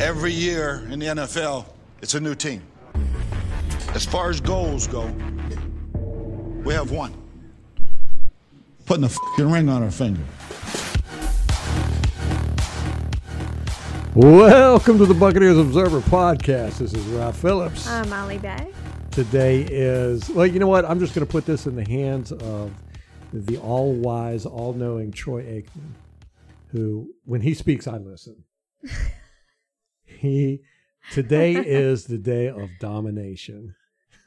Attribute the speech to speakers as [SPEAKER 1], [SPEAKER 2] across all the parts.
[SPEAKER 1] Every year in the NFL, it's a new team. As far as goals go, we have one. Putting a fing ring on our finger.
[SPEAKER 2] Welcome to the Buccaneers Observer podcast. This is Ralph Phillips.
[SPEAKER 3] I'm Uh, Molly Bay.
[SPEAKER 2] Today is, well, you know what? I'm just going to put this in the hands of the all wise, all knowing Troy Aikman, who, when he speaks, I listen. he, today is the day of domination.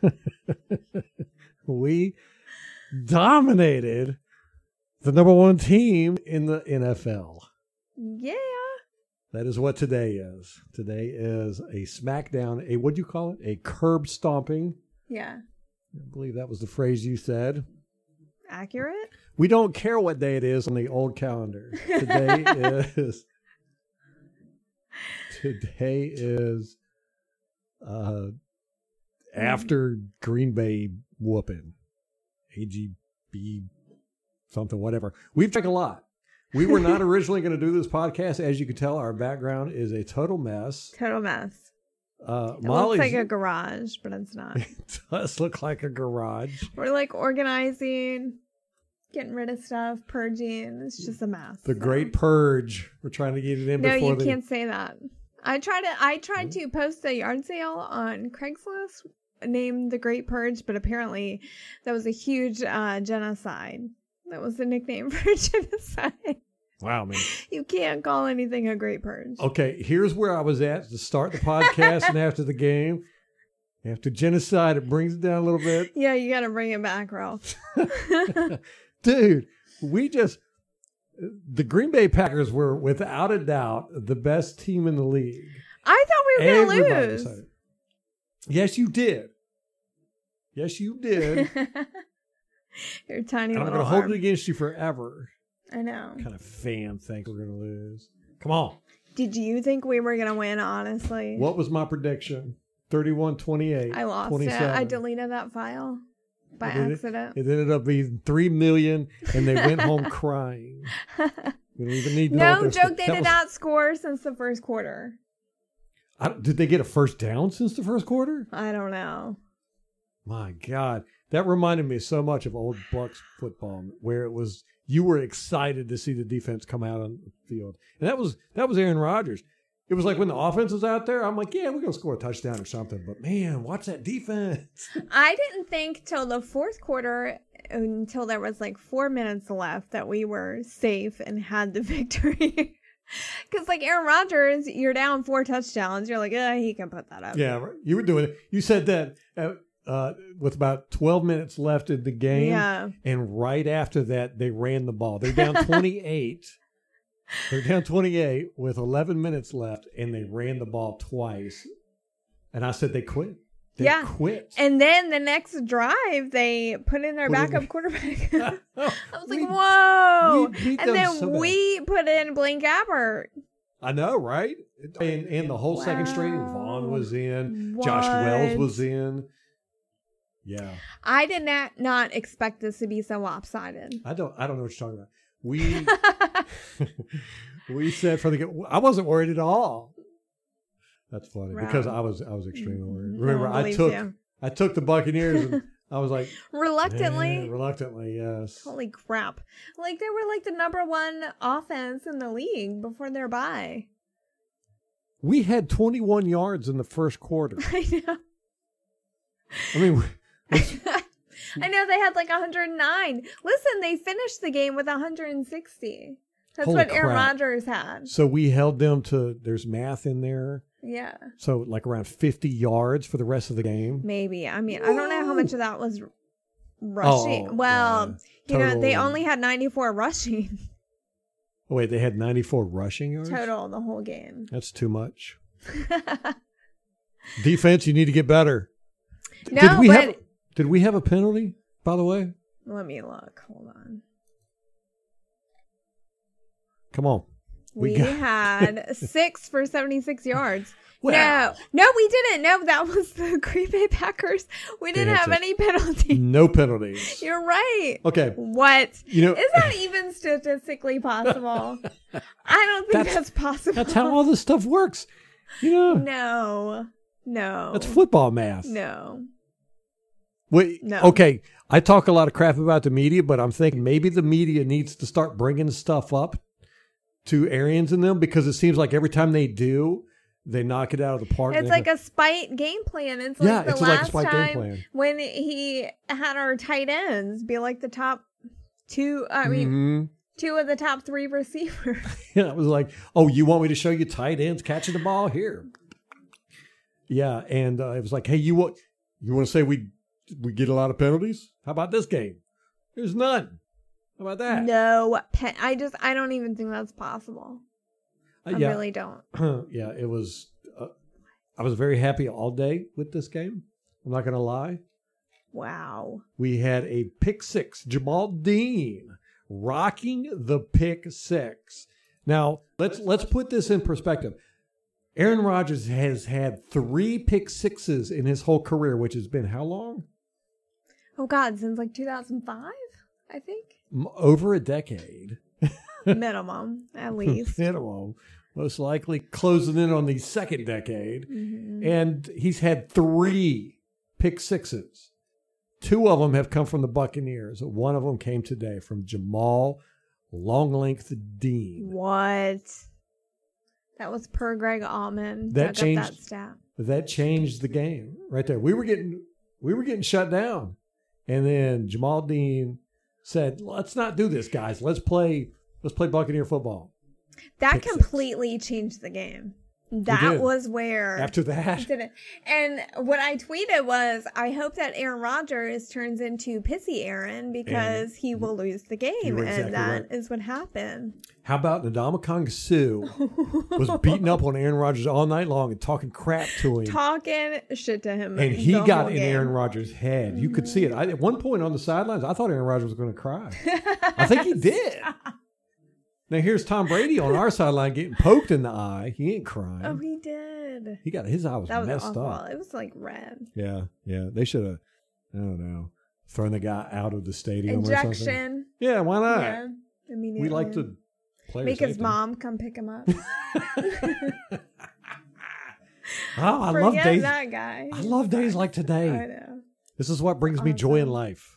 [SPEAKER 2] we dominated the number one team in the NFL.
[SPEAKER 3] Yeah.
[SPEAKER 2] That is what today is. Today is a smackdown, a what do you call it? A curb stomping.
[SPEAKER 3] Yeah.
[SPEAKER 2] I believe that was the phrase you said.
[SPEAKER 3] Accurate?
[SPEAKER 2] We don't care what day it is on the old calendar. Today is today is uh after Green Bay whooping. AGB something, whatever. We've drank a lot. We were not originally going to do this podcast. As you can tell, our background is a total mess.
[SPEAKER 3] Total mess.
[SPEAKER 2] Uh,
[SPEAKER 3] It
[SPEAKER 2] Molly's,
[SPEAKER 3] looks like a garage, but it's not.
[SPEAKER 2] it does look like a garage.
[SPEAKER 3] We're like organizing, getting rid of stuff, purging. It's just a mess.
[SPEAKER 2] The
[SPEAKER 3] so.
[SPEAKER 2] Great Purge. We're trying to get it in
[SPEAKER 3] No,
[SPEAKER 2] before
[SPEAKER 3] you
[SPEAKER 2] the.
[SPEAKER 3] can't say that. I tried to I tried to post a yard sale on Craigslist named the Great Purge, but apparently that was a huge uh, genocide. That was the nickname for genocide.
[SPEAKER 2] Wow, man.
[SPEAKER 3] You can't call anything a great purge.
[SPEAKER 2] Okay, here's where I was at to start the podcast and after the game. After genocide, it brings it down a little bit.
[SPEAKER 3] Yeah, you got to bring it back, Ralph.
[SPEAKER 2] Dude, we just. The Green Bay Packers were, without a doubt, the best team in the league.
[SPEAKER 3] I thought we were going to
[SPEAKER 2] Everybody
[SPEAKER 3] lose.
[SPEAKER 2] said it. Yes, you did. Yes, you did.
[SPEAKER 3] Your tiny
[SPEAKER 2] and I'm going
[SPEAKER 3] little
[SPEAKER 2] to hold
[SPEAKER 3] arm.
[SPEAKER 2] it against you forever.
[SPEAKER 3] I know.
[SPEAKER 2] What kind of fan think we're going to lose? Come on.
[SPEAKER 3] Did you think we were going to win, honestly?
[SPEAKER 2] What was my prediction? 31 28.
[SPEAKER 3] I lost it. I deleted that file by accident.
[SPEAKER 2] It, ended up being 3 million, and they went home crying. We don't even need to know what
[SPEAKER 3] no
[SPEAKER 2] their-
[SPEAKER 3] joke, they
[SPEAKER 2] that
[SPEAKER 3] did
[SPEAKER 2] was-
[SPEAKER 3] not score since the first quarter.
[SPEAKER 2] I don't- did they get a first down since the first quarter?
[SPEAKER 3] I don't know.
[SPEAKER 2] My God. That reminded me so much of old Bucks football, where it was you were excited to see the defense come out on the field. And that was that was Aaron Rodgers. It was like when the offense was out there, I'm like, yeah, we're gonna score a touchdown or something. But man, watch that defense.
[SPEAKER 3] I didn't think till the fourth quarter, until there was like four minutes left, that we were safe and had the victory. Because, like Aaron Rodgers, you're down four touchdowns. You're like, uh, he can put that up.
[SPEAKER 2] Yeah, you were doing it. You said that uh, uh, with about 12 minutes left in the game,
[SPEAKER 3] Yeah.
[SPEAKER 2] and right after that, they ran the ball. They're down 28. They're down 28 with 11 minutes left, and they ran the ball twice. And I said they quit. They
[SPEAKER 3] Yeah.
[SPEAKER 2] quit.
[SPEAKER 3] And then the next drive, they put in their
[SPEAKER 2] Put in
[SPEAKER 3] backup
[SPEAKER 2] the-
[SPEAKER 3] quarterback. I was like,
[SPEAKER 2] We-
[SPEAKER 3] whoa.
[SPEAKER 2] we beat
[SPEAKER 3] and
[SPEAKER 2] them
[SPEAKER 3] then
[SPEAKER 2] so bad.
[SPEAKER 3] we put in Blaine Gabbert.
[SPEAKER 2] I know, right? And and the whole second string, Vaughn
[SPEAKER 3] Wow.
[SPEAKER 2] was in, Josh Wells was in. Yeah,
[SPEAKER 3] I did not, not expect this to be so lopsided.
[SPEAKER 2] I don't, I don't know what you're talking about. We we said from the get, I wasn't worried at all. That's funny because
[SPEAKER 3] Wow.
[SPEAKER 2] I was I was extremely worried.
[SPEAKER 3] No
[SPEAKER 2] Remember,
[SPEAKER 3] one
[SPEAKER 2] I
[SPEAKER 3] believes
[SPEAKER 2] took
[SPEAKER 3] you.
[SPEAKER 2] I took the Buccaneers and I was like
[SPEAKER 3] Reluctantly.
[SPEAKER 2] "Eh, reluctantly, yes.
[SPEAKER 3] Holy crap. Like, they were like the number one offense in the league before their bye.
[SPEAKER 2] We had 21 yards in the first quarter.
[SPEAKER 3] I know.
[SPEAKER 2] I mean,
[SPEAKER 3] I know they had like 109. Listen, they finished the game with 160. That's
[SPEAKER 2] Holy
[SPEAKER 3] what Aaron
[SPEAKER 2] crap.
[SPEAKER 3] Rodgers had.
[SPEAKER 2] so we held them to. There's math in there,
[SPEAKER 3] Yeah. Mm-hmm.
[SPEAKER 2] so like around 50 yards for the rest of the game.
[SPEAKER 3] Maybe. I mean, I don't know how much of that was r- rushing.
[SPEAKER 2] Oh,
[SPEAKER 3] well,
[SPEAKER 2] yeah.
[SPEAKER 3] you know, they
[SPEAKER 2] Total.
[SPEAKER 3] only had 94 rushing
[SPEAKER 2] Oh, wait, they had 94 rushing yards.
[SPEAKER 3] total the whole game.
[SPEAKER 2] That's too much. Defense, you need to get better. did we have? Did we have a penalty? By the way,
[SPEAKER 3] let me look. Hold on.
[SPEAKER 2] come on. We
[SPEAKER 3] We,
[SPEAKER 2] got-
[SPEAKER 3] had six for 76 yards.
[SPEAKER 2] Wow.
[SPEAKER 3] No, no, we didn't. No, that was the Green Bay Packers. We didn't
[SPEAKER 2] That's
[SPEAKER 3] have
[SPEAKER 2] it.
[SPEAKER 3] any penalty.
[SPEAKER 2] No penalties.
[SPEAKER 3] You're right.
[SPEAKER 2] Okay,
[SPEAKER 3] What?
[SPEAKER 2] you know
[SPEAKER 3] Is that even statistically possible? I don't think that's,
[SPEAKER 2] That's-
[SPEAKER 3] possible.
[SPEAKER 2] That's how all this stuff works. Yeah.
[SPEAKER 3] No. No.
[SPEAKER 2] That's football math.
[SPEAKER 3] No.
[SPEAKER 2] Wait,
[SPEAKER 3] No.
[SPEAKER 2] okay. I talk a lot of crap about the media, but I'm thinking maybe the media needs to start bringing stuff up to Arians and them because it seems like every time they do, they knock it out of the park.
[SPEAKER 3] It's like a spite game plan. It's like
[SPEAKER 2] Yeah,
[SPEAKER 3] the
[SPEAKER 2] it's like a
[SPEAKER 3] last
[SPEAKER 2] spite game
[SPEAKER 3] time
[SPEAKER 2] plan.
[SPEAKER 3] when he had our tight ends be like the top two. I
[SPEAKER 2] Mm-hmm.
[SPEAKER 3] mean, two of the top three receivers.
[SPEAKER 2] Yeah, it was like, oh, you want me to show you tight ends catching the ball here? Yeah, and uh, it was like, hey, you want you want to say we we get a lot of penalties? How about this game? There's none. How about that?
[SPEAKER 3] no, pen, I just I don't even think that's possible.
[SPEAKER 2] Uh,
[SPEAKER 3] I
[SPEAKER 2] yeah,
[SPEAKER 3] really don't.
[SPEAKER 2] yeah, it was. Uh, I was very happy all day with this game. I'm not gonna lie.
[SPEAKER 3] Wow.
[SPEAKER 2] We had a pick six. Jamal Dean rocking the pick six. Now let's let's put this in perspective. Aaron Rodgers has had three pick sixes in his whole career, which has been how long?
[SPEAKER 3] Oh God, since like 2005, I think
[SPEAKER 2] M- Over a decade.
[SPEAKER 3] minimum at least.
[SPEAKER 2] Minimum, most likely closing in on the second decade.
[SPEAKER 3] Mhm.
[SPEAKER 2] and he's had three pick sixes. Two of them have come from the Buccaneers. One of them came today from Jamal Long Length Dean.
[SPEAKER 3] What? That was per Greg Allman.
[SPEAKER 2] That
[SPEAKER 3] dug up that
[SPEAKER 2] changed-
[SPEAKER 3] stat.
[SPEAKER 2] That changed the game right there. We were getting we were getting shut down, and then Jamal Dean said, "Let's not do this, guys. Let's play let's play Buccaneer football."
[SPEAKER 3] That
[SPEAKER 2] Pick six.
[SPEAKER 3] completely changed the game. That
[SPEAKER 2] did.
[SPEAKER 3] was where
[SPEAKER 2] After that,
[SPEAKER 3] did it. And what I tweeted was, I hope that Aaron Rodgers turns into pissy Aaron because he will lose the game,
[SPEAKER 2] were exactly
[SPEAKER 3] and that is
[SPEAKER 2] right.
[SPEAKER 3] what happened.
[SPEAKER 2] How about Ndamukong Sue was beating up on Aaron Rodgers all night long and talking crap to him?
[SPEAKER 3] Talking shit to him,
[SPEAKER 2] and he
[SPEAKER 3] the
[SPEAKER 2] got
[SPEAKER 3] whole
[SPEAKER 2] in
[SPEAKER 3] game.
[SPEAKER 2] Aaron Rodgers' head. You could see it. I, at one point on the sidelines, I thought Aaron Rodgers was going to cry. I think he did. Now here's Tom Brady on our sideline getting poked in the eye. He ain't crying.
[SPEAKER 3] Oh, he did.
[SPEAKER 2] he got his eye was,
[SPEAKER 3] That was
[SPEAKER 2] messed
[SPEAKER 3] awful.
[SPEAKER 2] up.
[SPEAKER 3] It was like red.
[SPEAKER 2] Yeah, yeah. They should have. I don't know. Thrown the guy out of the stadium or something.
[SPEAKER 3] Injection.
[SPEAKER 2] Yeah, why not?
[SPEAKER 3] Yeah, immediately.
[SPEAKER 2] we like to play
[SPEAKER 3] make his mom come pick him up.
[SPEAKER 2] Oh, I
[SPEAKER 3] Forget
[SPEAKER 2] love days.
[SPEAKER 3] that guy.
[SPEAKER 2] I love days like today.
[SPEAKER 3] I know.
[SPEAKER 2] This is what brings me joy in
[SPEAKER 3] Awesome.
[SPEAKER 2] life.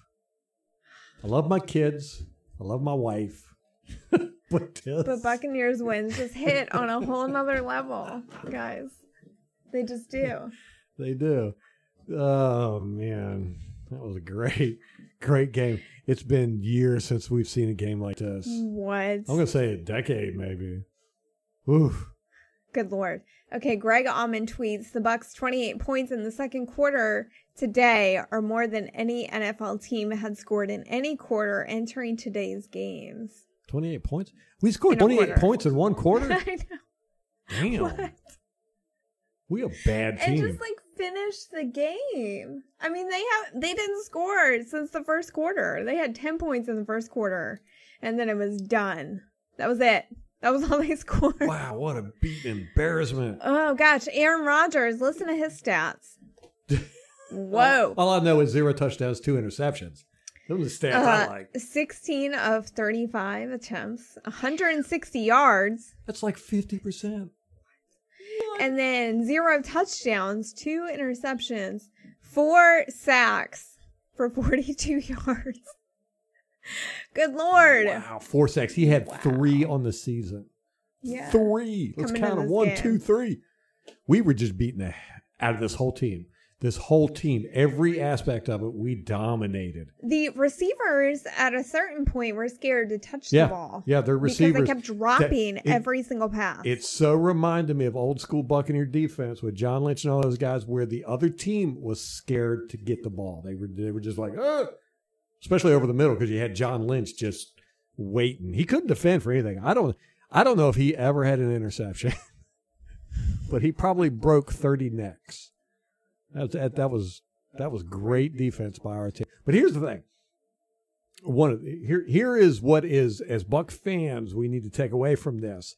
[SPEAKER 2] I love my kids. I love my wife. but this,
[SPEAKER 3] But Buccaneers wins just hit on a whole nother level, guys. They just do.
[SPEAKER 2] they do. Oh man, that was a great, great game. It's been years since we've seen a game like this.
[SPEAKER 3] Mm.
[SPEAKER 2] I'm
[SPEAKER 3] What?
[SPEAKER 2] gonna say a decade, maybe. Oof.
[SPEAKER 3] Good lord. Okay, Greg Almond tweets the Bucks 28 points in the second quarter today are more than any NFL team had scored in any quarter entering today's games.
[SPEAKER 2] 28 points. We scored
[SPEAKER 3] In a
[SPEAKER 2] 28
[SPEAKER 3] quarter.
[SPEAKER 2] points in one quarter.
[SPEAKER 3] I know.
[SPEAKER 2] Damn.
[SPEAKER 3] What?
[SPEAKER 2] We a bad
[SPEAKER 3] and
[SPEAKER 2] team.
[SPEAKER 3] just like finish the game. I mean, they have they didn't score since the first quarter. They had ten points in the first quarter, and then it was done. That was it. That was all they scored.
[SPEAKER 2] wow, what a beat embarrassment.
[SPEAKER 3] Oh gosh, Aaron Rodgers. Listen to his stats. Whoa.
[SPEAKER 2] All I know is zero touchdowns, two interceptions. Those are the stats I
[SPEAKER 3] Uh,
[SPEAKER 2] like.
[SPEAKER 3] 16 of 35 attempts, 160 yards,
[SPEAKER 2] That's like fifty percent.
[SPEAKER 3] and then zero touchdowns, two interceptions, four sacks for 42 yards. Good lord.
[SPEAKER 2] Wow, four sacks. He had
[SPEAKER 3] Wow.
[SPEAKER 2] three on the season.
[SPEAKER 3] Yeah.
[SPEAKER 2] Three. Let's
[SPEAKER 3] Coming
[SPEAKER 2] count
[SPEAKER 3] into
[SPEAKER 2] them.
[SPEAKER 3] this
[SPEAKER 2] One,
[SPEAKER 3] game.
[SPEAKER 2] two, three. We were just beating the h- out of this whole team. This whole team, every aspect of it, we dominated.
[SPEAKER 3] The receivers at a certain point were scared to touch
[SPEAKER 2] Yeah,
[SPEAKER 3] the ball.
[SPEAKER 2] yeah, their
[SPEAKER 3] Because
[SPEAKER 2] receivers-
[SPEAKER 3] they kept dropping
[SPEAKER 2] that- it-
[SPEAKER 3] every single pass.
[SPEAKER 2] It so reminded me of old school Buccaneer defense with John Lynch and all those guys, where the other team was scared to get the ball. They were they were just like, oh, especially over the middle because you had John Lynch just waiting. He couldn't defend for anything. I don't I don't know if he ever had an interception, but he probably broke thirty necks. That, that that was that was great defense by our team. But here's the thing. One of the, here here is what is as Buck fans we need to take away from this.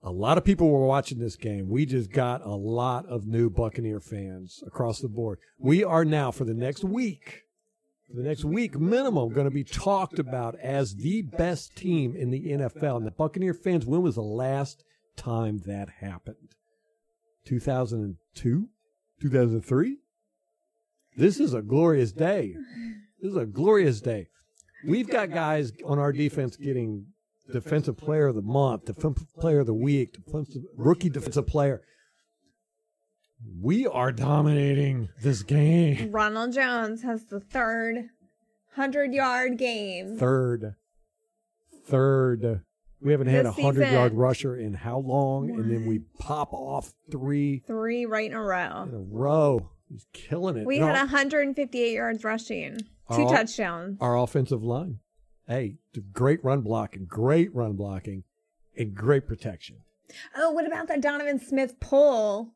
[SPEAKER 2] A lot of people were watching this game. We just got a lot of new Buccaneer fans across the board. We are now for the next week, for the next week minimum, going to be talked about as the best team in the NFL. And the Buccaneer fans, when was the last time that happened? 2002, 2003. This is a glorious day. This is a glorious day. We've got guys on our defense getting defensive player of the month, defensive player of the week, defensive, rookie defensive player. We are dominating this game.
[SPEAKER 3] Ronald Jones has the third 100 yard game.
[SPEAKER 2] Third. Third. We haven't had a
[SPEAKER 3] This
[SPEAKER 2] 100 yard
[SPEAKER 3] season.
[SPEAKER 2] rusher in how long? And then we pop off three
[SPEAKER 3] Three right in a
[SPEAKER 2] in
[SPEAKER 3] row.
[SPEAKER 2] a row. He's killing it.
[SPEAKER 3] We
[SPEAKER 2] No,
[SPEAKER 3] had 158 yards rushing, two
[SPEAKER 2] Oh.
[SPEAKER 3] touchdowns.
[SPEAKER 2] our offensive line. Hey, d- great run blocking, great run blocking, and great protection.
[SPEAKER 3] Oh, what about that Donovan Smith pull?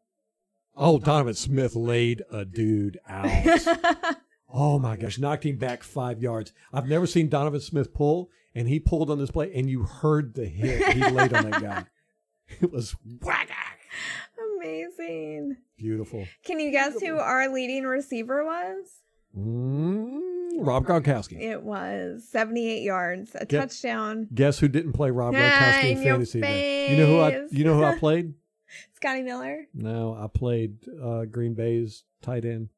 [SPEAKER 2] Oh, Donovan Smith laid a dude out. Oh my gosh, knocked him back five yards. I've never seen Donovan Smith pull, and he pulled on this play, and you heard the hit he laid on that guy. It was whack.
[SPEAKER 3] Amazing.
[SPEAKER 2] Beautiful.
[SPEAKER 3] Can you guess who our leading receiver was?
[SPEAKER 2] Mm, Rob Gronkowski.
[SPEAKER 3] It was 78 yards, a
[SPEAKER 2] Get-
[SPEAKER 3] touchdown.
[SPEAKER 2] Guess who didn't play Rob
[SPEAKER 3] Ah,
[SPEAKER 2] Gronkowski
[SPEAKER 3] in
[SPEAKER 2] in
[SPEAKER 3] your
[SPEAKER 2] fantasy? today? You know who I?
[SPEAKER 3] face.
[SPEAKER 2] You know who I played?
[SPEAKER 3] Scotty Miller.
[SPEAKER 2] No, I played uh, Green Bay's tight end.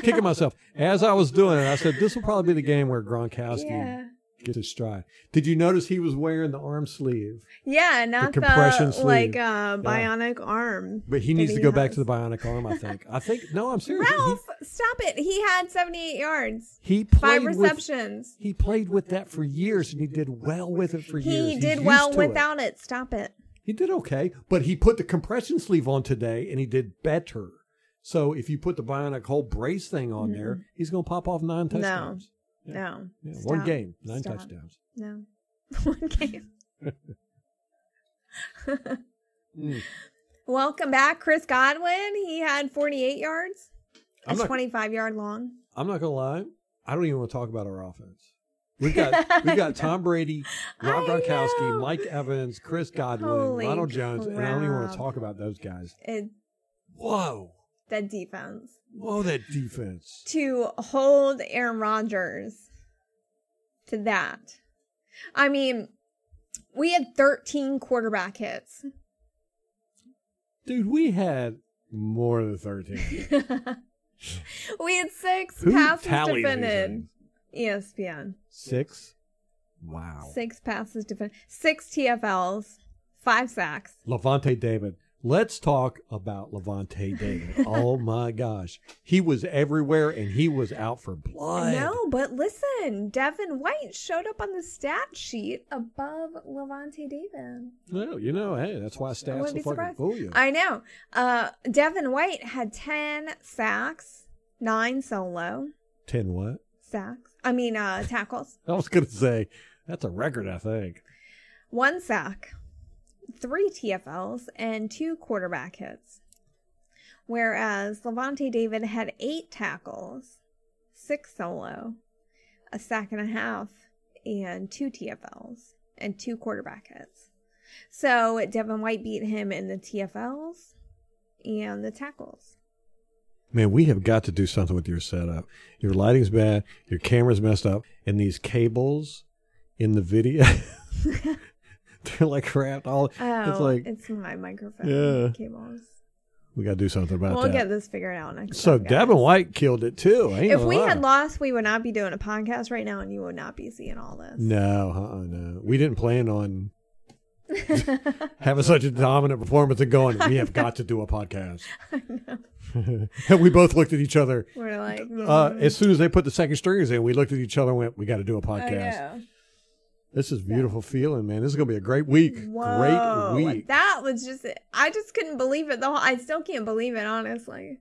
[SPEAKER 2] Kicking myself as I was doing it, I said, "This will probably be the game where Gronkowski
[SPEAKER 3] yeah.
[SPEAKER 2] gets his stride." Did you notice he was wearing the arm sleeve?
[SPEAKER 3] Yeah, not the,
[SPEAKER 2] compression sleeve.
[SPEAKER 3] like uh, bionic arm.
[SPEAKER 2] But he
[SPEAKER 3] that
[SPEAKER 2] needs to go back
[SPEAKER 3] has.
[SPEAKER 2] to the bionic arm, I think. I think no, I'm serious. He-
[SPEAKER 3] Ralph, stop it. He had 78 yards,
[SPEAKER 2] He, played
[SPEAKER 3] five
[SPEAKER 2] with-
[SPEAKER 3] receptions.
[SPEAKER 2] he played with that for years, and he did well with it for years.
[SPEAKER 3] He
[SPEAKER 2] He's
[SPEAKER 3] did
[SPEAKER 2] used
[SPEAKER 3] well
[SPEAKER 2] to it.
[SPEAKER 3] without it. Stop it.
[SPEAKER 2] He did okay, but he put the compression sleeve on today, and he did better. So if you put the bionic whole brace thing on there, he's going to pop off nine
[SPEAKER 3] Mm-hmm. No.
[SPEAKER 2] touchdowns. Yeah.
[SPEAKER 3] No.
[SPEAKER 2] Yeah,
[SPEAKER 3] Stop.
[SPEAKER 2] one game, nine
[SPEAKER 3] Stop.
[SPEAKER 2] touchdowns.
[SPEAKER 3] No. One game.
[SPEAKER 2] Mm.
[SPEAKER 3] Welcome back, Chris Godwin. He had 48 yards, a
[SPEAKER 2] I'm not.
[SPEAKER 3] 25 yard long.
[SPEAKER 2] I'm not going to lie. I don't even want to talk about our offense. We've got we've got Tom Brady, Rob
[SPEAKER 3] I
[SPEAKER 2] Gronkowski,
[SPEAKER 3] know.
[SPEAKER 2] Mike Evans, Chris Godwin,
[SPEAKER 3] Holy
[SPEAKER 2] Ronald Jones, and I don't even want
[SPEAKER 3] crap.
[SPEAKER 2] to talk about those guys.
[SPEAKER 3] It,
[SPEAKER 2] Whoa.
[SPEAKER 3] that defense
[SPEAKER 2] Whoa, that defense.
[SPEAKER 3] to hold Aaron Rodgers to that. I mean, we had 13 quarterback hits.
[SPEAKER 2] Dude, we had more than 13.
[SPEAKER 3] we had six
[SPEAKER 2] Who
[SPEAKER 3] passes
[SPEAKER 2] tallied these
[SPEAKER 3] defended. E
[SPEAKER 2] things?
[SPEAKER 3] ESPN.
[SPEAKER 2] Six? Wow.
[SPEAKER 3] Six passes defended. Six TFLs. Five sacks.
[SPEAKER 2] Levante David. Let's talk about Levante David. oh my gosh. He was everywhere and he was out for blood.
[SPEAKER 3] No, but listen, Devin White showed up on the stat sheet above Levante David.
[SPEAKER 2] Well, you know, hey, that's why
[SPEAKER 3] I
[SPEAKER 2] stats
[SPEAKER 3] wouldn't
[SPEAKER 2] will
[SPEAKER 3] be
[SPEAKER 2] fucking
[SPEAKER 3] surprised.
[SPEAKER 2] fool you.
[SPEAKER 3] I know. Uh, Devin White had 10 sacks, nine solo
[SPEAKER 2] 10 what?
[SPEAKER 3] sacks. I mean, uh, tackles,
[SPEAKER 2] I was going to say, that's a record, I think.
[SPEAKER 3] one sack, three TFLs, and two quarterback hits. Whereas Levante David had eight tackles, six solo, a sack and a half, and two TFLs, and two quarterback hits. So Devin White beat him in the TFLs and the tackles.
[SPEAKER 2] Man, we have got to do something with your setup. Your lighting's bad, your camera's messed up, and these cables in the video, they're like wrapped all.
[SPEAKER 3] Oh,
[SPEAKER 2] it's like,
[SPEAKER 3] my microphone
[SPEAKER 2] Yeah.
[SPEAKER 3] cables.
[SPEAKER 2] we got to do something about
[SPEAKER 3] We'll
[SPEAKER 2] that.
[SPEAKER 3] get this figured out next
[SPEAKER 2] so
[SPEAKER 3] time. guys.
[SPEAKER 2] Devin White killed it too. I ain't
[SPEAKER 3] If
[SPEAKER 2] gonna
[SPEAKER 3] we
[SPEAKER 2] lie.
[SPEAKER 3] had lost, we would not be doing a podcast right now, and you would not be seeing all this.
[SPEAKER 2] No, uh-uh, no. We didn't plan on having such a dominant performance and going, we have got to do a podcast. and we both looked at each other.
[SPEAKER 3] We're like,
[SPEAKER 2] Uh, as soon as they put the second stringers in, we looked at each other and went, we got to do a
[SPEAKER 3] mm-hmm. I
[SPEAKER 2] podcast.
[SPEAKER 3] know.
[SPEAKER 2] This is beautiful feeling, man. This is going to be a great week.
[SPEAKER 3] Whoa,
[SPEAKER 2] Great week.
[SPEAKER 3] That was just. I just couldn't believe it. The whole. I still can't believe it, honestly.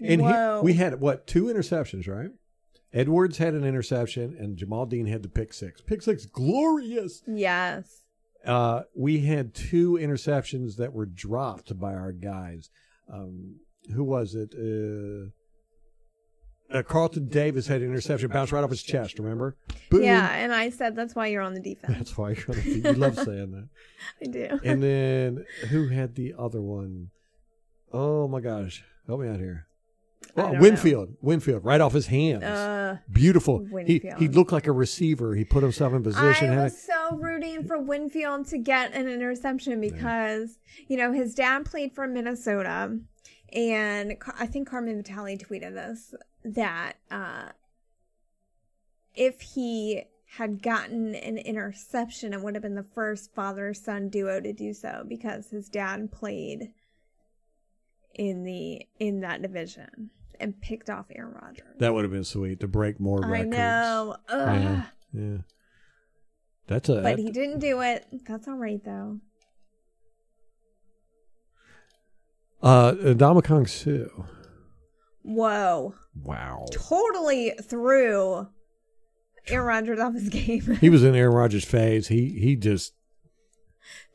[SPEAKER 2] And he-
[SPEAKER 3] Whoa.
[SPEAKER 2] we had, what, two interceptions, right? Edwards had an interception and Jamal Dean had the pick six. Pick six, glorious.
[SPEAKER 3] yes.
[SPEAKER 2] uh, we had two interceptions that were dropped by our guys. Um, who was it? Uh, uh, Carlton Davis had an interception bounce right off his chest. Remember? Boom.
[SPEAKER 3] Yeah, and I said that's why you're on the defense.
[SPEAKER 2] That's why you're on the- you love saying that.
[SPEAKER 3] I do.
[SPEAKER 2] And then who had the other one? Oh my gosh! Help me out here.
[SPEAKER 3] I
[SPEAKER 2] Oh,
[SPEAKER 3] don't
[SPEAKER 2] Winfield, Winfield, right off his hands.
[SPEAKER 3] Uh,
[SPEAKER 2] Beautiful. He, he
[SPEAKER 3] Winfield.
[SPEAKER 2] looked like a receiver. He put himself in position.
[SPEAKER 3] I
[SPEAKER 2] had a-
[SPEAKER 3] was so rooting for Winfield to get an interception because, you know, his dad played for Minnesota. And Car- I think Carmen Vitale tweeted this that uh, if he had gotten an interception, it would have been the first father son duo to do so because his dad played in the in that division and picked off Aaron Rodgers.
[SPEAKER 2] That would have been sweet to break more
[SPEAKER 3] I
[SPEAKER 2] records.
[SPEAKER 3] know. Ugh.
[SPEAKER 2] Yeah. yeah. That's a.
[SPEAKER 3] Uh-huh. But he didn't do it. That's all right though.
[SPEAKER 2] uh, Adama Kong Su.
[SPEAKER 3] Whoa.
[SPEAKER 2] Wow.
[SPEAKER 3] Totally threw Aaron Rodgers off his game.
[SPEAKER 2] He was in Aaron Rodgers' phase. He he just.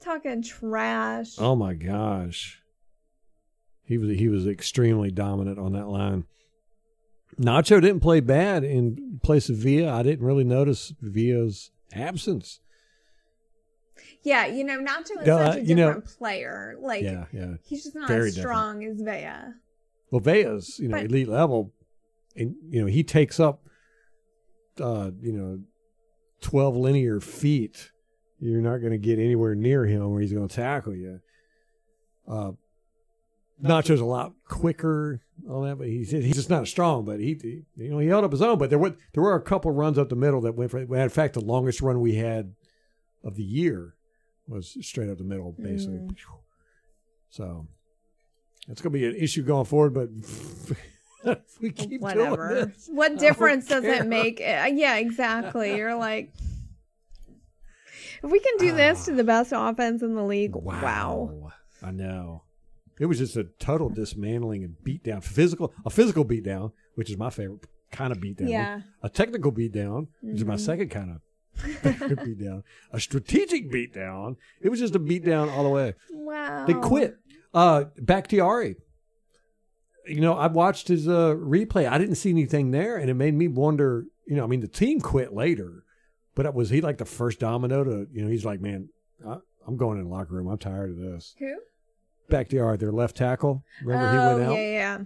[SPEAKER 3] Talking trash.
[SPEAKER 2] Oh my gosh. He was he was extremely dominant on that line. Nacho didn't play bad in place of Villa. I didn't really notice Villa's absence.
[SPEAKER 3] Yeah, you know, Nacho is
[SPEAKER 2] No,
[SPEAKER 3] such
[SPEAKER 2] I-
[SPEAKER 3] a different
[SPEAKER 2] you know-
[SPEAKER 3] player. Like
[SPEAKER 2] yeah, yeah.
[SPEAKER 3] he's just not
[SPEAKER 2] Very
[SPEAKER 3] as strong as Vea.
[SPEAKER 2] Well, Vea's you know
[SPEAKER 3] But-
[SPEAKER 2] elite level, and you know he takes up, uh, you know, twelve linear feet. You're not going to get anywhere near him where he's going to tackle you. Uh, Nacho's a lot quicker on that, but he's he's just not strong. But he, he- you know he held up his own. But there were there were a couple runs up the middle that went for. In fact, the longest run we had of the year was straight up the middle, basically.
[SPEAKER 3] Mm.
[SPEAKER 2] So it's going to be an issue going forward, but if we keep doing
[SPEAKER 3] Whatever.
[SPEAKER 2] this.
[SPEAKER 3] What difference does
[SPEAKER 2] care.
[SPEAKER 3] it make? Uh, Yeah, exactly. You're like if we can do
[SPEAKER 2] Ah.
[SPEAKER 3] this to the best offense in the league, wow.
[SPEAKER 2] I know. It was just a total dismantling and beatdown, physical, a physical beatdown, which is my favorite kind of beatdown.
[SPEAKER 3] Yeah.
[SPEAKER 2] A technical beatdown, which is my
[SPEAKER 3] Mhm.
[SPEAKER 2] second kind of favorite beatdown. A strategic beatdown. It was just a beatdown all the way.
[SPEAKER 3] Wow.
[SPEAKER 2] They quit. Uh, Bakhtiari. You know, I watched his uh, replay. I didn't see anything there, and it made me wonder. You know, I mean, the team quit later, but was he like the first domino to? You know, he's like, man, I, I'm going in the locker room. I'm tired of this.
[SPEAKER 3] Who?
[SPEAKER 2] Bakhtiari, their left tackle. Remember he
[SPEAKER 3] oh,
[SPEAKER 2] went out.
[SPEAKER 3] yeah, yeah.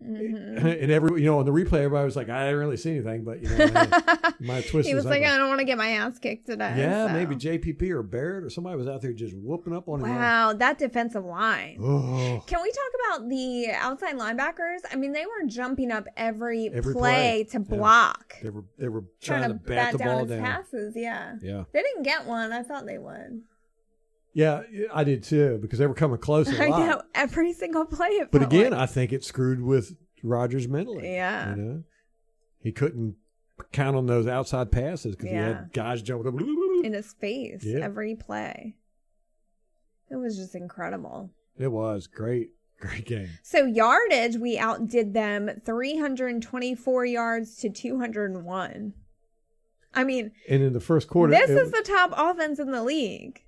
[SPEAKER 3] Mhm.
[SPEAKER 2] And every, you know, on the replay, everybody was like, I didn't really see anything, but you know, my- my twist.
[SPEAKER 3] he
[SPEAKER 2] his
[SPEAKER 3] was like,
[SPEAKER 2] ankle.
[SPEAKER 3] I don't want to get my ass kicked today.
[SPEAKER 2] yeah,
[SPEAKER 3] so.
[SPEAKER 2] maybe JPP or Barrett or somebody was out there just whooping up on him.
[SPEAKER 3] Wow, that defensive line.
[SPEAKER 2] Oh,
[SPEAKER 3] Can we talk about the outside linebackers? I mean, they were jumping up every,
[SPEAKER 2] Every play,
[SPEAKER 3] play, to
[SPEAKER 2] yeah.
[SPEAKER 3] block,
[SPEAKER 2] they were they were trying, to bat, the
[SPEAKER 3] down
[SPEAKER 2] ball
[SPEAKER 3] his
[SPEAKER 2] down.
[SPEAKER 3] passes. Yeah,
[SPEAKER 2] Yeah.
[SPEAKER 3] they didn't get one. I thought they would.
[SPEAKER 2] Yeah, I did too because they were coming close a
[SPEAKER 3] I
[SPEAKER 2] lot.
[SPEAKER 3] know every single play. It
[SPEAKER 2] But
[SPEAKER 3] felt
[SPEAKER 2] again,
[SPEAKER 3] like.
[SPEAKER 2] I think it screwed with Rogers mentally. you
[SPEAKER 3] Yeah.
[SPEAKER 2] know, he couldn't count on those outside passes because he
[SPEAKER 3] Yeah.
[SPEAKER 2] had guys jumping up.
[SPEAKER 3] in his face
[SPEAKER 2] Yeah.
[SPEAKER 3] every play. It was just incredible.
[SPEAKER 2] It was great, great game.
[SPEAKER 3] So yardage, we outdid them 324 yards to 201. I mean,
[SPEAKER 2] And in the first quarter,
[SPEAKER 3] this
[SPEAKER 2] it
[SPEAKER 3] is
[SPEAKER 2] was-
[SPEAKER 3] the top offense in the league.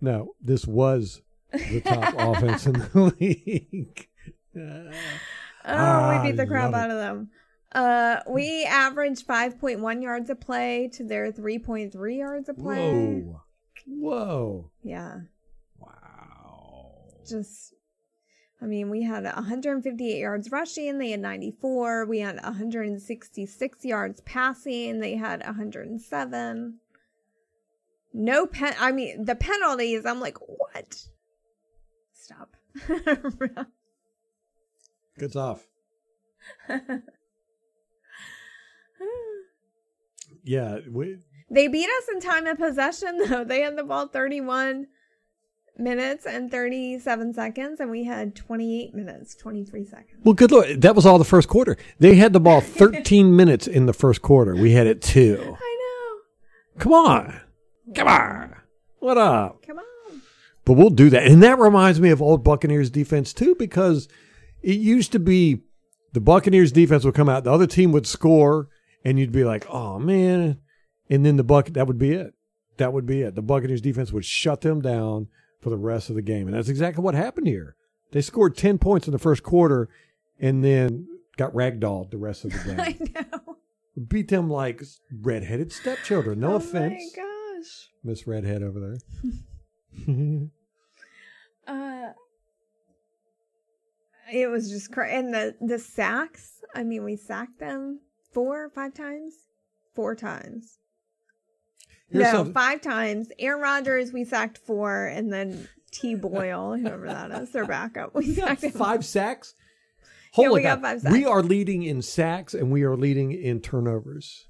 [SPEAKER 2] no, this was the top offense in the league.
[SPEAKER 3] Oh,
[SPEAKER 2] Ah,
[SPEAKER 3] we beat the crap
[SPEAKER 2] love it.
[SPEAKER 3] out of them. Uh, we averaged 5.1 yards a play to their 3.3 yards a play.
[SPEAKER 2] Whoa, whoa,
[SPEAKER 3] Yeah,
[SPEAKER 2] wow.
[SPEAKER 3] just. I mean, we had 158 yards rushing. They had 94. We had 166 yards passing. They had 107. No pen. I mean, the penalties. I'm like, what? Stop.
[SPEAKER 2] Good stuff. Yeah, we,
[SPEAKER 3] They beat us in time of possession, though. They had the ball 31 minutes and 37 seconds, and we had 28 minutes, 23 seconds.
[SPEAKER 2] Well, good lord, that was all the first quarter. They had the ball 13 minutes in the first quarter. We had it two.
[SPEAKER 3] I
[SPEAKER 2] Come on, come on, what up?
[SPEAKER 3] know. Come on.
[SPEAKER 2] But we'll do that, and that reminds me of old Buccaneers defense too, because it used to be the Buccaneers defense would come out, the other team would score, and you'd be like, "Oh man," and then the bucket that would be it. That would be it. The Buccaneers defense would shut them down for the rest of the game, and that's exactly what happened here. They scored ten points in the first quarter, and then got ragdolled the rest of the game.
[SPEAKER 3] I know.
[SPEAKER 2] Beat them like redheaded stepchildren. No
[SPEAKER 3] oh
[SPEAKER 2] offense,
[SPEAKER 3] my gosh.
[SPEAKER 2] Miss Redhead over there.
[SPEAKER 3] Uh, it was just crazy. And the, the sacks, I mean, we sacked them four or five times. Four times.
[SPEAKER 2] Here's
[SPEAKER 3] no,
[SPEAKER 2] something-
[SPEAKER 3] five times. Aaron Rodgers, we sacked four, and then T Boyle, whoever that is, their backup, we
[SPEAKER 2] got
[SPEAKER 3] sacked him.
[SPEAKER 2] five sacks.
[SPEAKER 3] Yeah,
[SPEAKER 2] Holy
[SPEAKER 3] we got
[SPEAKER 2] cow.
[SPEAKER 3] five
[SPEAKER 2] We
[SPEAKER 3] sacks.
[SPEAKER 2] are leading in sacks and we are leading in turnovers.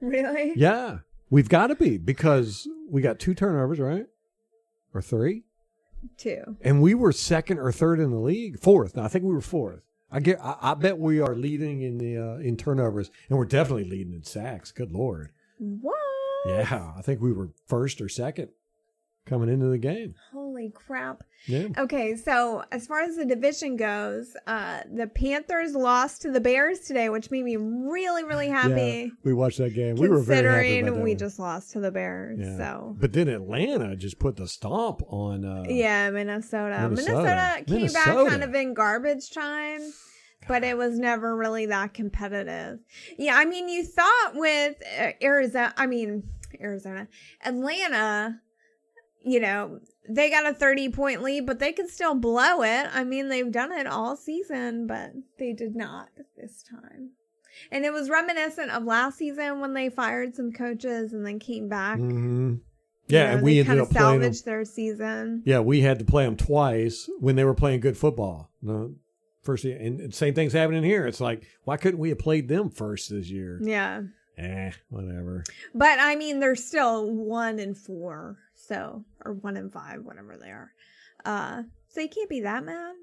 [SPEAKER 3] Really?
[SPEAKER 2] Yeah, we've got to be because we got two turnovers, right? Or three,
[SPEAKER 3] Two.
[SPEAKER 2] and we were second or third in the league, fourth. I think we were fourth. I get. I, I bet we are leading in the uh, in turnovers, and we're definitely leading in sacks. Good lord.
[SPEAKER 3] What?
[SPEAKER 2] Yeah, I think we were first or second coming into the game.
[SPEAKER 3] Holy crap.
[SPEAKER 2] Yeah.
[SPEAKER 3] Okay, so as far as the division goes, uh, the Panthers lost to the Bears today, which made me really, really happy.
[SPEAKER 2] Yeah, we watched that game. We were very happy
[SPEAKER 3] considering
[SPEAKER 2] about that
[SPEAKER 3] we
[SPEAKER 2] one.
[SPEAKER 3] just lost to the Bears.
[SPEAKER 2] Yeah.
[SPEAKER 3] So
[SPEAKER 2] But then Atlanta just put the stomp on. Uh,
[SPEAKER 3] yeah, Minnesota.
[SPEAKER 2] Minnesota.
[SPEAKER 3] Minnesota, came back
[SPEAKER 2] Minnesota.
[SPEAKER 3] kind of in garbage time, but it was never really that competitive. Yeah, I mean, you thought with Arizona, I mean, Arizona, Atlanta, you know, they got a 30 point lead, but they could still blow it. I mean, they've done it all season, but they did not this time. And it was reminiscent of last season when they fired some coaches and then came back.
[SPEAKER 2] mhm.
[SPEAKER 3] You
[SPEAKER 2] Yeah,
[SPEAKER 3] know,
[SPEAKER 2] and
[SPEAKER 3] they
[SPEAKER 2] we ended
[SPEAKER 3] kinda
[SPEAKER 2] up playing them.
[SPEAKER 3] salvaged their season.
[SPEAKER 2] Yeah, we had to play them twice when they were playing good football. No, first year. and and same thing's happening here. It's like why couldn't we have played them first this year?
[SPEAKER 3] Yeah.
[SPEAKER 2] Eh, whatever.
[SPEAKER 3] But I mean, they're still one and four, so or one and five, whatever they are. Uh, so you can't be that mad.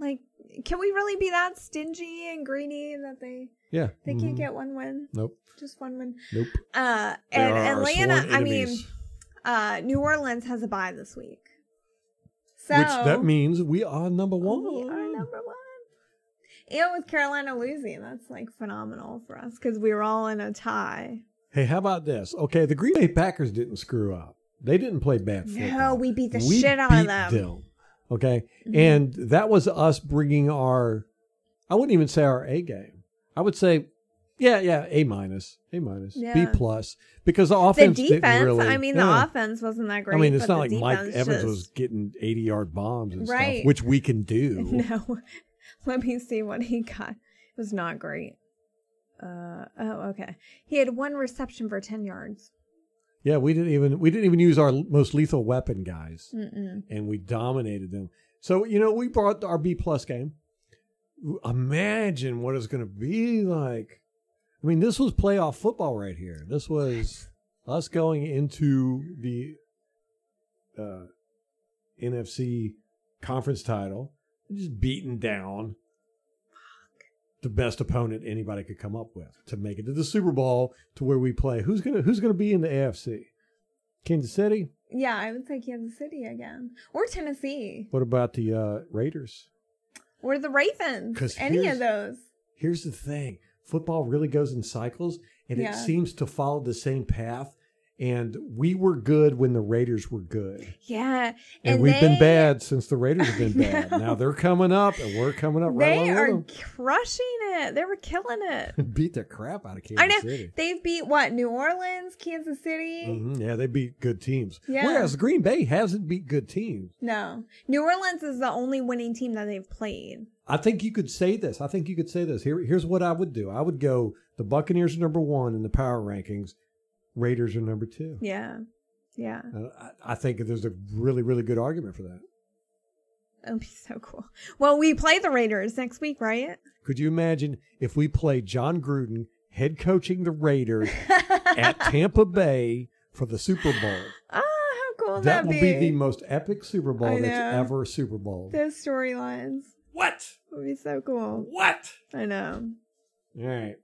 [SPEAKER 3] Like, can we really be that stingy and greedy that they
[SPEAKER 2] Yeah,
[SPEAKER 3] they
[SPEAKER 2] mhm.
[SPEAKER 3] can't get one win,
[SPEAKER 2] Nope,
[SPEAKER 3] just one win?
[SPEAKER 2] nope.
[SPEAKER 3] Uh,
[SPEAKER 2] They
[SPEAKER 3] and
[SPEAKER 2] are our
[SPEAKER 3] Atlanta,
[SPEAKER 2] sworn
[SPEAKER 3] I mean,
[SPEAKER 2] enemies,
[SPEAKER 3] uh, New Orleans has a bye this week, so Oh,
[SPEAKER 2] which that means we are number one.
[SPEAKER 3] we are number one. And with Carolina losing, that's like phenomenal for us because we were all in a tie.
[SPEAKER 2] Hey, how about this? Okay, the Green Bay Packers didn't screw up. They didn't play bad
[SPEAKER 3] No,
[SPEAKER 2] football.
[SPEAKER 3] we beat the shit out of
[SPEAKER 2] beat
[SPEAKER 3] them.
[SPEAKER 2] Okay,
[SPEAKER 3] Mhm.
[SPEAKER 2] and that was us bringing our, I wouldn't even say our A game. I would say, yeah, yeah, A minus, A minus, B
[SPEAKER 3] Yeah.
[SPEAKER 2] plus, because the offense
[SPEAKER 3] the
[SPEAKER 2] didn't
[SPEAKER 3] defense.
[SPEAKER 2] really-
[SPEAKER 3] I mean,
[SPEAKER 2] yeah.
[SPEAKER 3] the offense wasn't that great.
[SPEAKER 2] I mean, it's
[SPEAKER 3] but
[SPEAKER 2] not like
[SPEAKER 3] the
[SPEAKER 2] Mike
[SPEAKER 3] defense
[SPEAKER 2] Evans
[SPEAKER 3] just-
[SPEAKER 2] was getting eighty-yard bombs and stuff,
[SPEAKER 3] Right.
[SPEAKER 2] which we can do.
[SPEAKER 3] No, let me see what he got. It was not great. Uh oh, okay. He had one reception for ten yards.
[SPEAKER 2] Yeah, we didn't even we didn't even use our most lethal weapon, guys.
[SPEAKER 3] Mm-mm.
[SPEAKER 2] and we dominated them. So you know, we brought our B plus game. Imagine what it's going to be like. I mean, this was playoff football right here. This was us going into the uh, NFC conference title, just beaten down the best opponent anybody could come up with to make it to the Super Bowl to where we play. Who's gonna Who's gonna be in the AFC? Kansas City.
[SPEAKER 3] Yeah, I would say Kansas City again, or Tennessee,
[SPEAKER 2] What about the uh, Raiders?
[SPEAKER 3] or the Ravens.
[SPEAKER 2] 'Cause
[SPEAKER 3] Any
[SPEAKER 2] here's-
[SPEAKER 3] of those.
[SPEAKER 2] Here's the thing football really goes in cycles and
[SPEAKER 3] Yeah.
[SPEAKER 2] it seems to follow the same path. And we were good when the Raiders were good.
[SPEAKER 3] Yeah,
[SPEAKER 2] And, we've been
[SPEAKER 3] they-
[SPEAKER 2] bad since the Raiders have been
[SPEAKER 3] I
[SPEAKER 2] bad.
[SPEAKER 3] know.
[SPEAKER 2] Now they're coming up and we're coming up right along
[SPEAKER 3] They are
[SPEAKER 2] with
[SPEAKER 3] crushing it. They were killing it.
[SPEAKER 2] them. Beat the crap out of Kansas
[SPEAKER 3] I know.
[SPEAKER 2] City.
[SPEAKER 3] They've beat what? New Orleans, Kansas City.
[SPEAKER 2] Mhm. Yeah, they beat good teams.
[SPEAKER 3] Yeah.
[SPEAKER 2] Whereas Green Bay hasn't beat good teams.
[SPEAKER 3] No, New Orleans is the only winning team that they've played.
[SPEAKER 2] I think you could say this. I think you could say this. Here, here's what I would do. I would go the Buccaneers are number one in the power rankings. Raiders are number two.
[SPEAKER 3] Yeah. Yeah.
[SPEAKER 2] Uh, I, I think there's a really, really good argument for that.
[SPEAKER 3] It'll be so cool. Well, we play the Raiders next week, right?
[SPEAKER 2] Could you imagine if we play John Gruden head coaching the Raiders at Tampa Bay for the Super Bowl?
[SPEAKER 3] Oh, Ah, how cool would
[SPEAKER 2] that
[SPEAKER 3] that,
[SPEAKER 2] will be?
[SPEAKER 3] be.
[SPEAKER 2] the most epic Super Bowl
[SPEAKER 3] I
[SPEAKER 2] that's
[SPEAKER 3] know.
[SPEAKER 2] ever a Super Bowl.
[SPEAKER 3] Those storylines
[SPEAKER 2] What?
[SPEAKER 3] would be so cool.
[SPEAKER 2] What?
[SPEAKER 3] I know.
[SPEAKER 2] All right.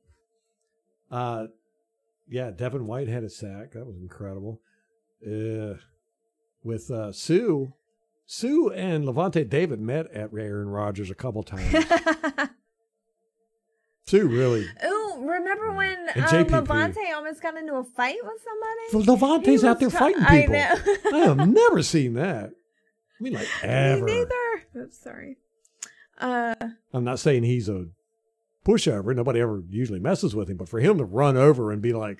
[SPEAKER 2] Uh, yeah, Devin White had a sack. That was incredible. Uh, with uh, Sue, Sue and Levante David met at Aaron Rodgers a couple times. Sue really
[SPEAKER 3] Ooh, remember when
[SPEAKER 2] Mm. And
[SPEAKER 3] uh,
[SPEAKER 2] JPP.
[SPEAKER 3] Levante almost got into a fight with
[SPEAKER 2] Well,
[SPEAKER 3] somebody?
[SPEAKER 2] Levante's
[SPEAKER 3] He
[SPEAKER 2] out there
[SPEAKER 3] was t-
[SPEAKER 2] fighting
[SPEAKER 3] I
[SPEAKER 2] people. I,
[SPEAKER 3] know.
[SPEAKER 2] have never seen that. I mean, like ever.
[SPEAKER 3] Me neither. Oops, sorry. Uh,
[SPEAKER 2] I'm not saying he's a pushover. Nobody ever usually messes with him, but for him to run over and be like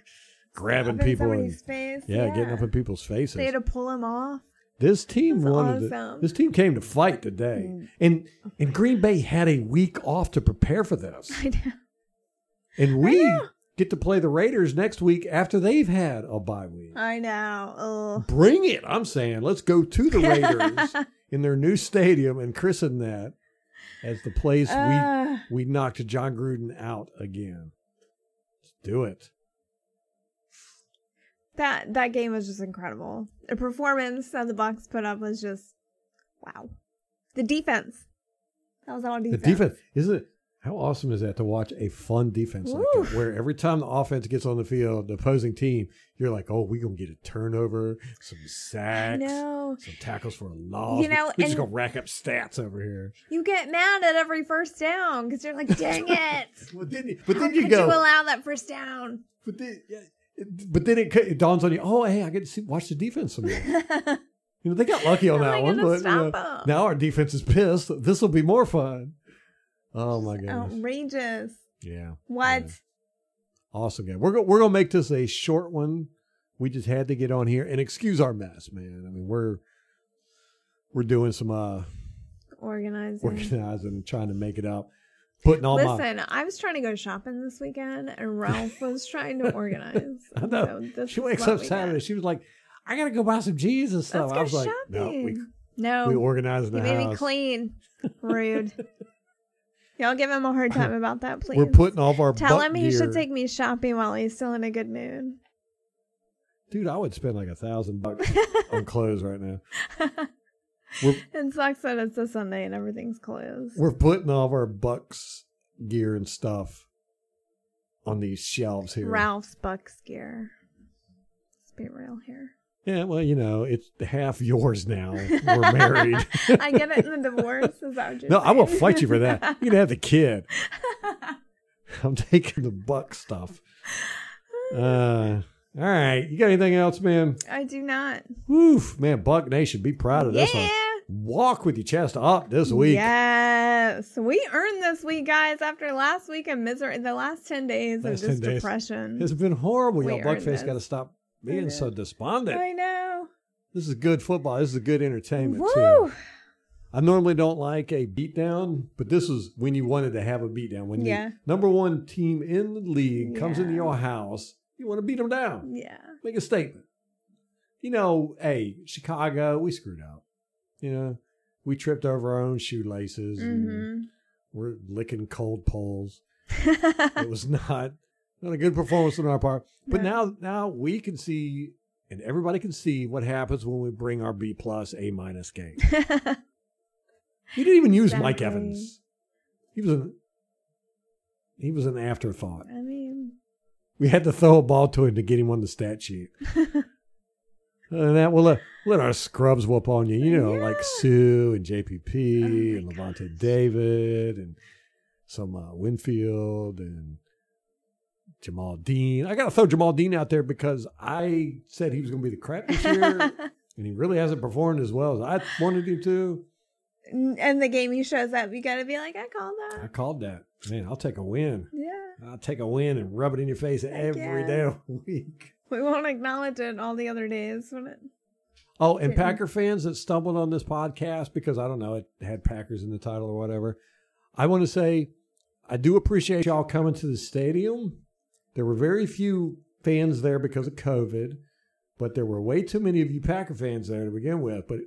[SPEAKER 2] grabbing
[SPEAKER 3] up in
[SPEAKER 2] people and
[SPEAKER 3] somebody's face.
[SPEAKER 2] yeah, getting up in people's faces.
[SPEAKER 3] They had to pull him off.
[SPEAKER 2] this team
[SPEAKER 3] That's
[SPEAKER 2] wanted. to-
[SPEAKER 3] awesome. Mm.
[SPEAKER 2] this team came to fight today, and and Green Bay had a week off to prepare for this,
[SPEAKER 3] I know.
[SPEAKER 2] and we
[SPEAKER 3] know.
[SPEAKER 2] get to play the Raiders next week after they've had a bye week.
[SPEAKER 3] I know. Ugh.
[SPEAKER 2] Bring it, I'm saying. Let's go to the Raiders in their new stadium and christen that as the place
[SPEAKER 3] Ugh.
[SPEAKER 2] we we knocked John Gruden out again. Let's do it.
[SPEAKER 3] that that game was just incredible. The performance that the Bucks put up was just wow. The defense. That was all
[SPEAKER 2] The
[SPEAKER 3] defense.
[SPEAKER 2] defense isn't it? How awesome is that to watch a fun defense like that,
[SPEAKER 3] Woo.
[SPEAKER 2] where every time the offense gets on the field, the opposing team, you're like, oh, we're gonna get a turnover, some
[SPEAKER 3] I
[SPEAKER 2] sacks,
[SPEAKER 3] know.
[SPEAKER 2] some tackles for a loss.
[SPEAKER 3] You know,
[SPEAKER 2] we're just
[SPEAKER 3] and-
[SPEAKER 2] gonna rack up stats over here.
[SPEAKER 3] You get mad at every first down because you're like, dang it.
[SPEAKER 2] But then, you- but
[SPEAKER 3] How
[SPEAKER 2] then you
[SPEAKER 3] could
[SPEAKER 2] go,
[SPEAKER 3] you allow that first down?
[SPEAKER 2] but then, yeah, it- but then it, ca- it dawns on you, oh, hey, I get to see, watch the defense some more. you know, they got lucky on
[SPEAKER 3] How
[SPEAKER 2] that
[SPEAKER 3] am I
[SPEAKER 2] one,
[SPEAKER 3] gonna
[SPEAKER 2] but you know,
[SPEAKER 3] Oh stop 'em?
[SPEAKER 2] now our defense is pissed. This will be more fun. Oh my goodness!
[SPEAKER 3] Outrageous.
[SPEAKER 2] Yeah.
[SPEAKER 3] What?
[SPEAKER 2] Yeah. Awesome game. We're go- we're gonna make this a short one. We just had to get on here and excuse our mess, man. I mean, we're we're doing some uh
[SPEAKER 3] Organizing.
[SPEAKER 2] organizing and trying to make it up, putting all my
[SPEAKER 3] Listen, I was trying to go shopping this weekend, and Ralph was trying to organize.
[SPEAKER 2] I know.
[SPEAKER 3] this
[SPEAKER 2] she
[SPEAKER 3] is
[SPEAKER 2] wakes
[SPEAKER 3] what
[SPEAKER 2] up
[SPEAKER 3] we got.
[SPEAKER 2] Saturday. She was like, "I gotta go buy some jeans and stuff."
[SPEAKER 3] Let's
[SPEAKER 2] I
[SPEAKER 3] go
[SPEAKER 2] was like, "No, we
[SPEAKER 3] shopping. No,
[SPEAKER 2] we organized the
[SPEAKER 3] he made me
[SPEAKER 2] house.
[SPEAKER 3] clean. Rude. Y'all give him a hard time about that, please.
[SPEAKER 2] We're putting all of our
[SPEAKER 3] Tell
[SPEAKER 2] butt
[SPEAKER 3] him he should
[SPEAKER 2] gear-
[SPEAKER 3] take me shopping while he's still in a good mood.
[SPEAKER 2] Dude, I would spend like a thousand bucks on clothes right now. We're
[SPEAKER 3] It sucks that it's a Sunday and everything's closed.
[SPEAKER 2] we're putting all of our Bucks gear and stuff on these shelves here.
[SPEAKER 3] Ralph's Bucks gear. Let's be real here.
[SPEAKER 2] Yeah, well, you know, it's half yours now. We're married.
[SPEAKER 3] I get it in the divorce. Is that what you're
[SPEAKER 2] no, I will
[SPEAKER 3] saying?
[SPEAKER 2] fight you for that. You can have the kid. I'm taking the buck stuff. Uh, all right. You got anything else, man?
[SPEAKER 3] I do not.
[SPEAKER 2] Woof, man. Buck Nation, be proud of this one.
[SPEAKER 3] Yeah.
[SPEAKER 2] Walk with your chest up this week.
[SPEAKER 3] Yes, we earned this week, guys. After last week of misery, the last ten days
[SPEAKER 2] Last
[SPEAKER 3] of
[SPEAKER 2] 10
[SPEAKER 3] just
[SPEAKER 2] days.
[SPEAKER 3] depression.
[SPEAKER 2] It's been horrible.
[SPEAKER 3] We
[SPEAKER 2] Y'all,
[SPEAKER 3] earned this.
[SPEAKER 2] Buckface got to stop being so despondent.
[SPEAKER 3] I know.
[SPEAKER 2] This is good football. This is good entertainment, too.
[SPEAKER 3] Woo!
[SPEAKER 2] I normally don't like a beatdown, but this is when you wanted to have a beatdown. When
[SPEAKER 3] Yeah.
[SPEAKER 2] the number one team in the league comes into
[SPEAKER 3] Yeah.
[SPEAKER 2] your house, you want to beat them down.
[SPEAKER 3] Yeah,
[SPEAKER 2] Make a statement. You know, hey, Chicago, we screwed up. You know, we tripped over our own shoelaces. And
[SPEAKER 3] hmm
[SPEAKER 2] we're licking cold poles. it was not not a good performance on our part. But
[SPEAKER 3] Mm-hmm. No.
[SPEAKER 2] now now we can see and everybody can see what happens when we bring our B plus A minus game. He didn't even use Mike
[SPEAKER 3] Exactly.
[SPEAKER 2] Evans. He was an he was an afterthought.
[SPEAKER 3] I mean,
[SPEAKER 2] We had to throw a ball to him to get him on the stat sheet. and that will let, let our scrubs whoop on you. You know, like
[SPEAKER 3] Yeah.
[SPEAKER 2] Sue and JPP
[SPEAKER 3] Oh my
[SPEAKER 2] and Levante
[SPEAKER 3] gosh.
[SPEAKER 2] David and some uh, Winfield and Jamal Dean. I got to throw Jamal Dean out there because I said he was going to be the crap this year, and he really hasn't performed as well as I wanted him to.
[SPEAKER 3] and the game he shows up, you gotta be like, I call
[SPEAKER 2] I
[SPEAKER 3] that.
[SPEAKER 2] called that. Man, I'll take a win.
[SPEAKER 3] Yeah,
[SPEAKER 2] I'll take a win and rub it in your face every
[SPEAKER 3] yeah.
[SPEAKER 2] damn week.
[SPEAKER 3] we won't acknowledge it all the other days when it.
[SPEAKER 2] Oh, and
[SPEAKER 3] Mhm.
[SPEAKER 2] Packer fans that stumbled on this podcast because I don't know, it had Packers in the title or whatever. I want to say I do appreciate y'all coming to the stadium. There were very few fans there because of COVID, but there were way too many of you Packer fans there to begin with. But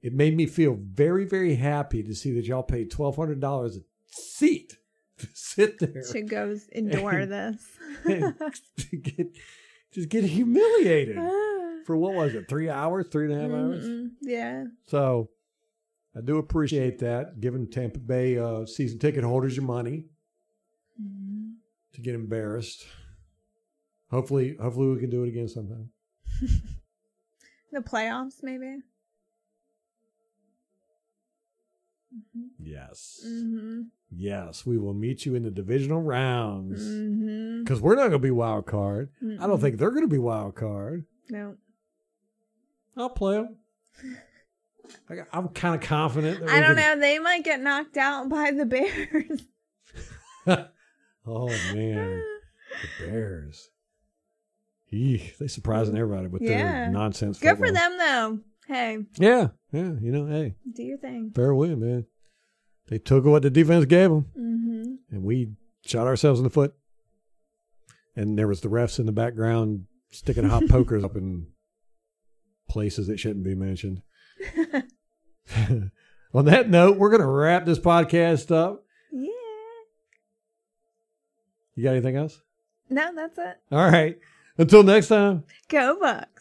[SPEAKER 2] it made me feel very, very happy to see that y'all paid $1,200 a seat to sit there.
[SPEAKER 3] She goes endure this.
[SPEAKER 2] and to get just get humiliated
[SPEAKER 3] Mm,
[SPEAKER 2] for what was it three hours three and a half hours
[SPEAKER 3] mm, yeah,
[SPEAKER 2] so i do appreciate that giving tampa bay uh, season ticket holders your money
[SPEAKER 3] Mhm.
[SPEAKER 2] to get embarrassed hopefully hopefully we can do it again sometime
[SPEAKER 3] the playoffs maybe.
[SPEAKER 2] yes
[SPEAKER 3] Mm-hmm.
[SPEAKER 2] yes we will meet you in the divisional rounds
[SPEAKER 3] Mm-hmm.
[SPEAKER 2] because we're not going to be wild card i don't think they're going to be wild card
[SPEAKER 3] No,
[SPEAKER 2] i'll play them I, am kind of confident that
[SPEAKER 3] I
[SPEAKER 2] we
[SPEAKER 3] don't
[SPEAKER 2] can-
[SPEAKER 3] know. They might get knocked out by the Bears.
[SPEAKER 2] Oh man, the Bears. Eek, they surprising everybody with
[SPEAKER 3] Yeah.
[SPEAKER 2] their nonsense.
[SPEAKER 3] Good for
[SPEAKER 2] football.
[SPEAKER 3] them though. Hey,
[SPEAKER 2] Yeah, yeah. You know, hey,
[SPEAKER 3] do your thing.
[SPEAKER 2] fair win, man. They took what the defense gave them,
[SPEAKER 3] Mm-hmm.
[SPEAKER 2] and we shot ourselves in the foot. and there was the refs in the background sticking hot pokers up in places that shouldn't be mentioned. On that note, we're going to wrap this podcast up.
[SPEAKER 3] Yeah.
[SPEAKER 2] You got anything else?
[SPEAKER 3] No, that's it.
[SPEAKER 2] All right. Until next time.
[SPEAKER 3] Go Bucks.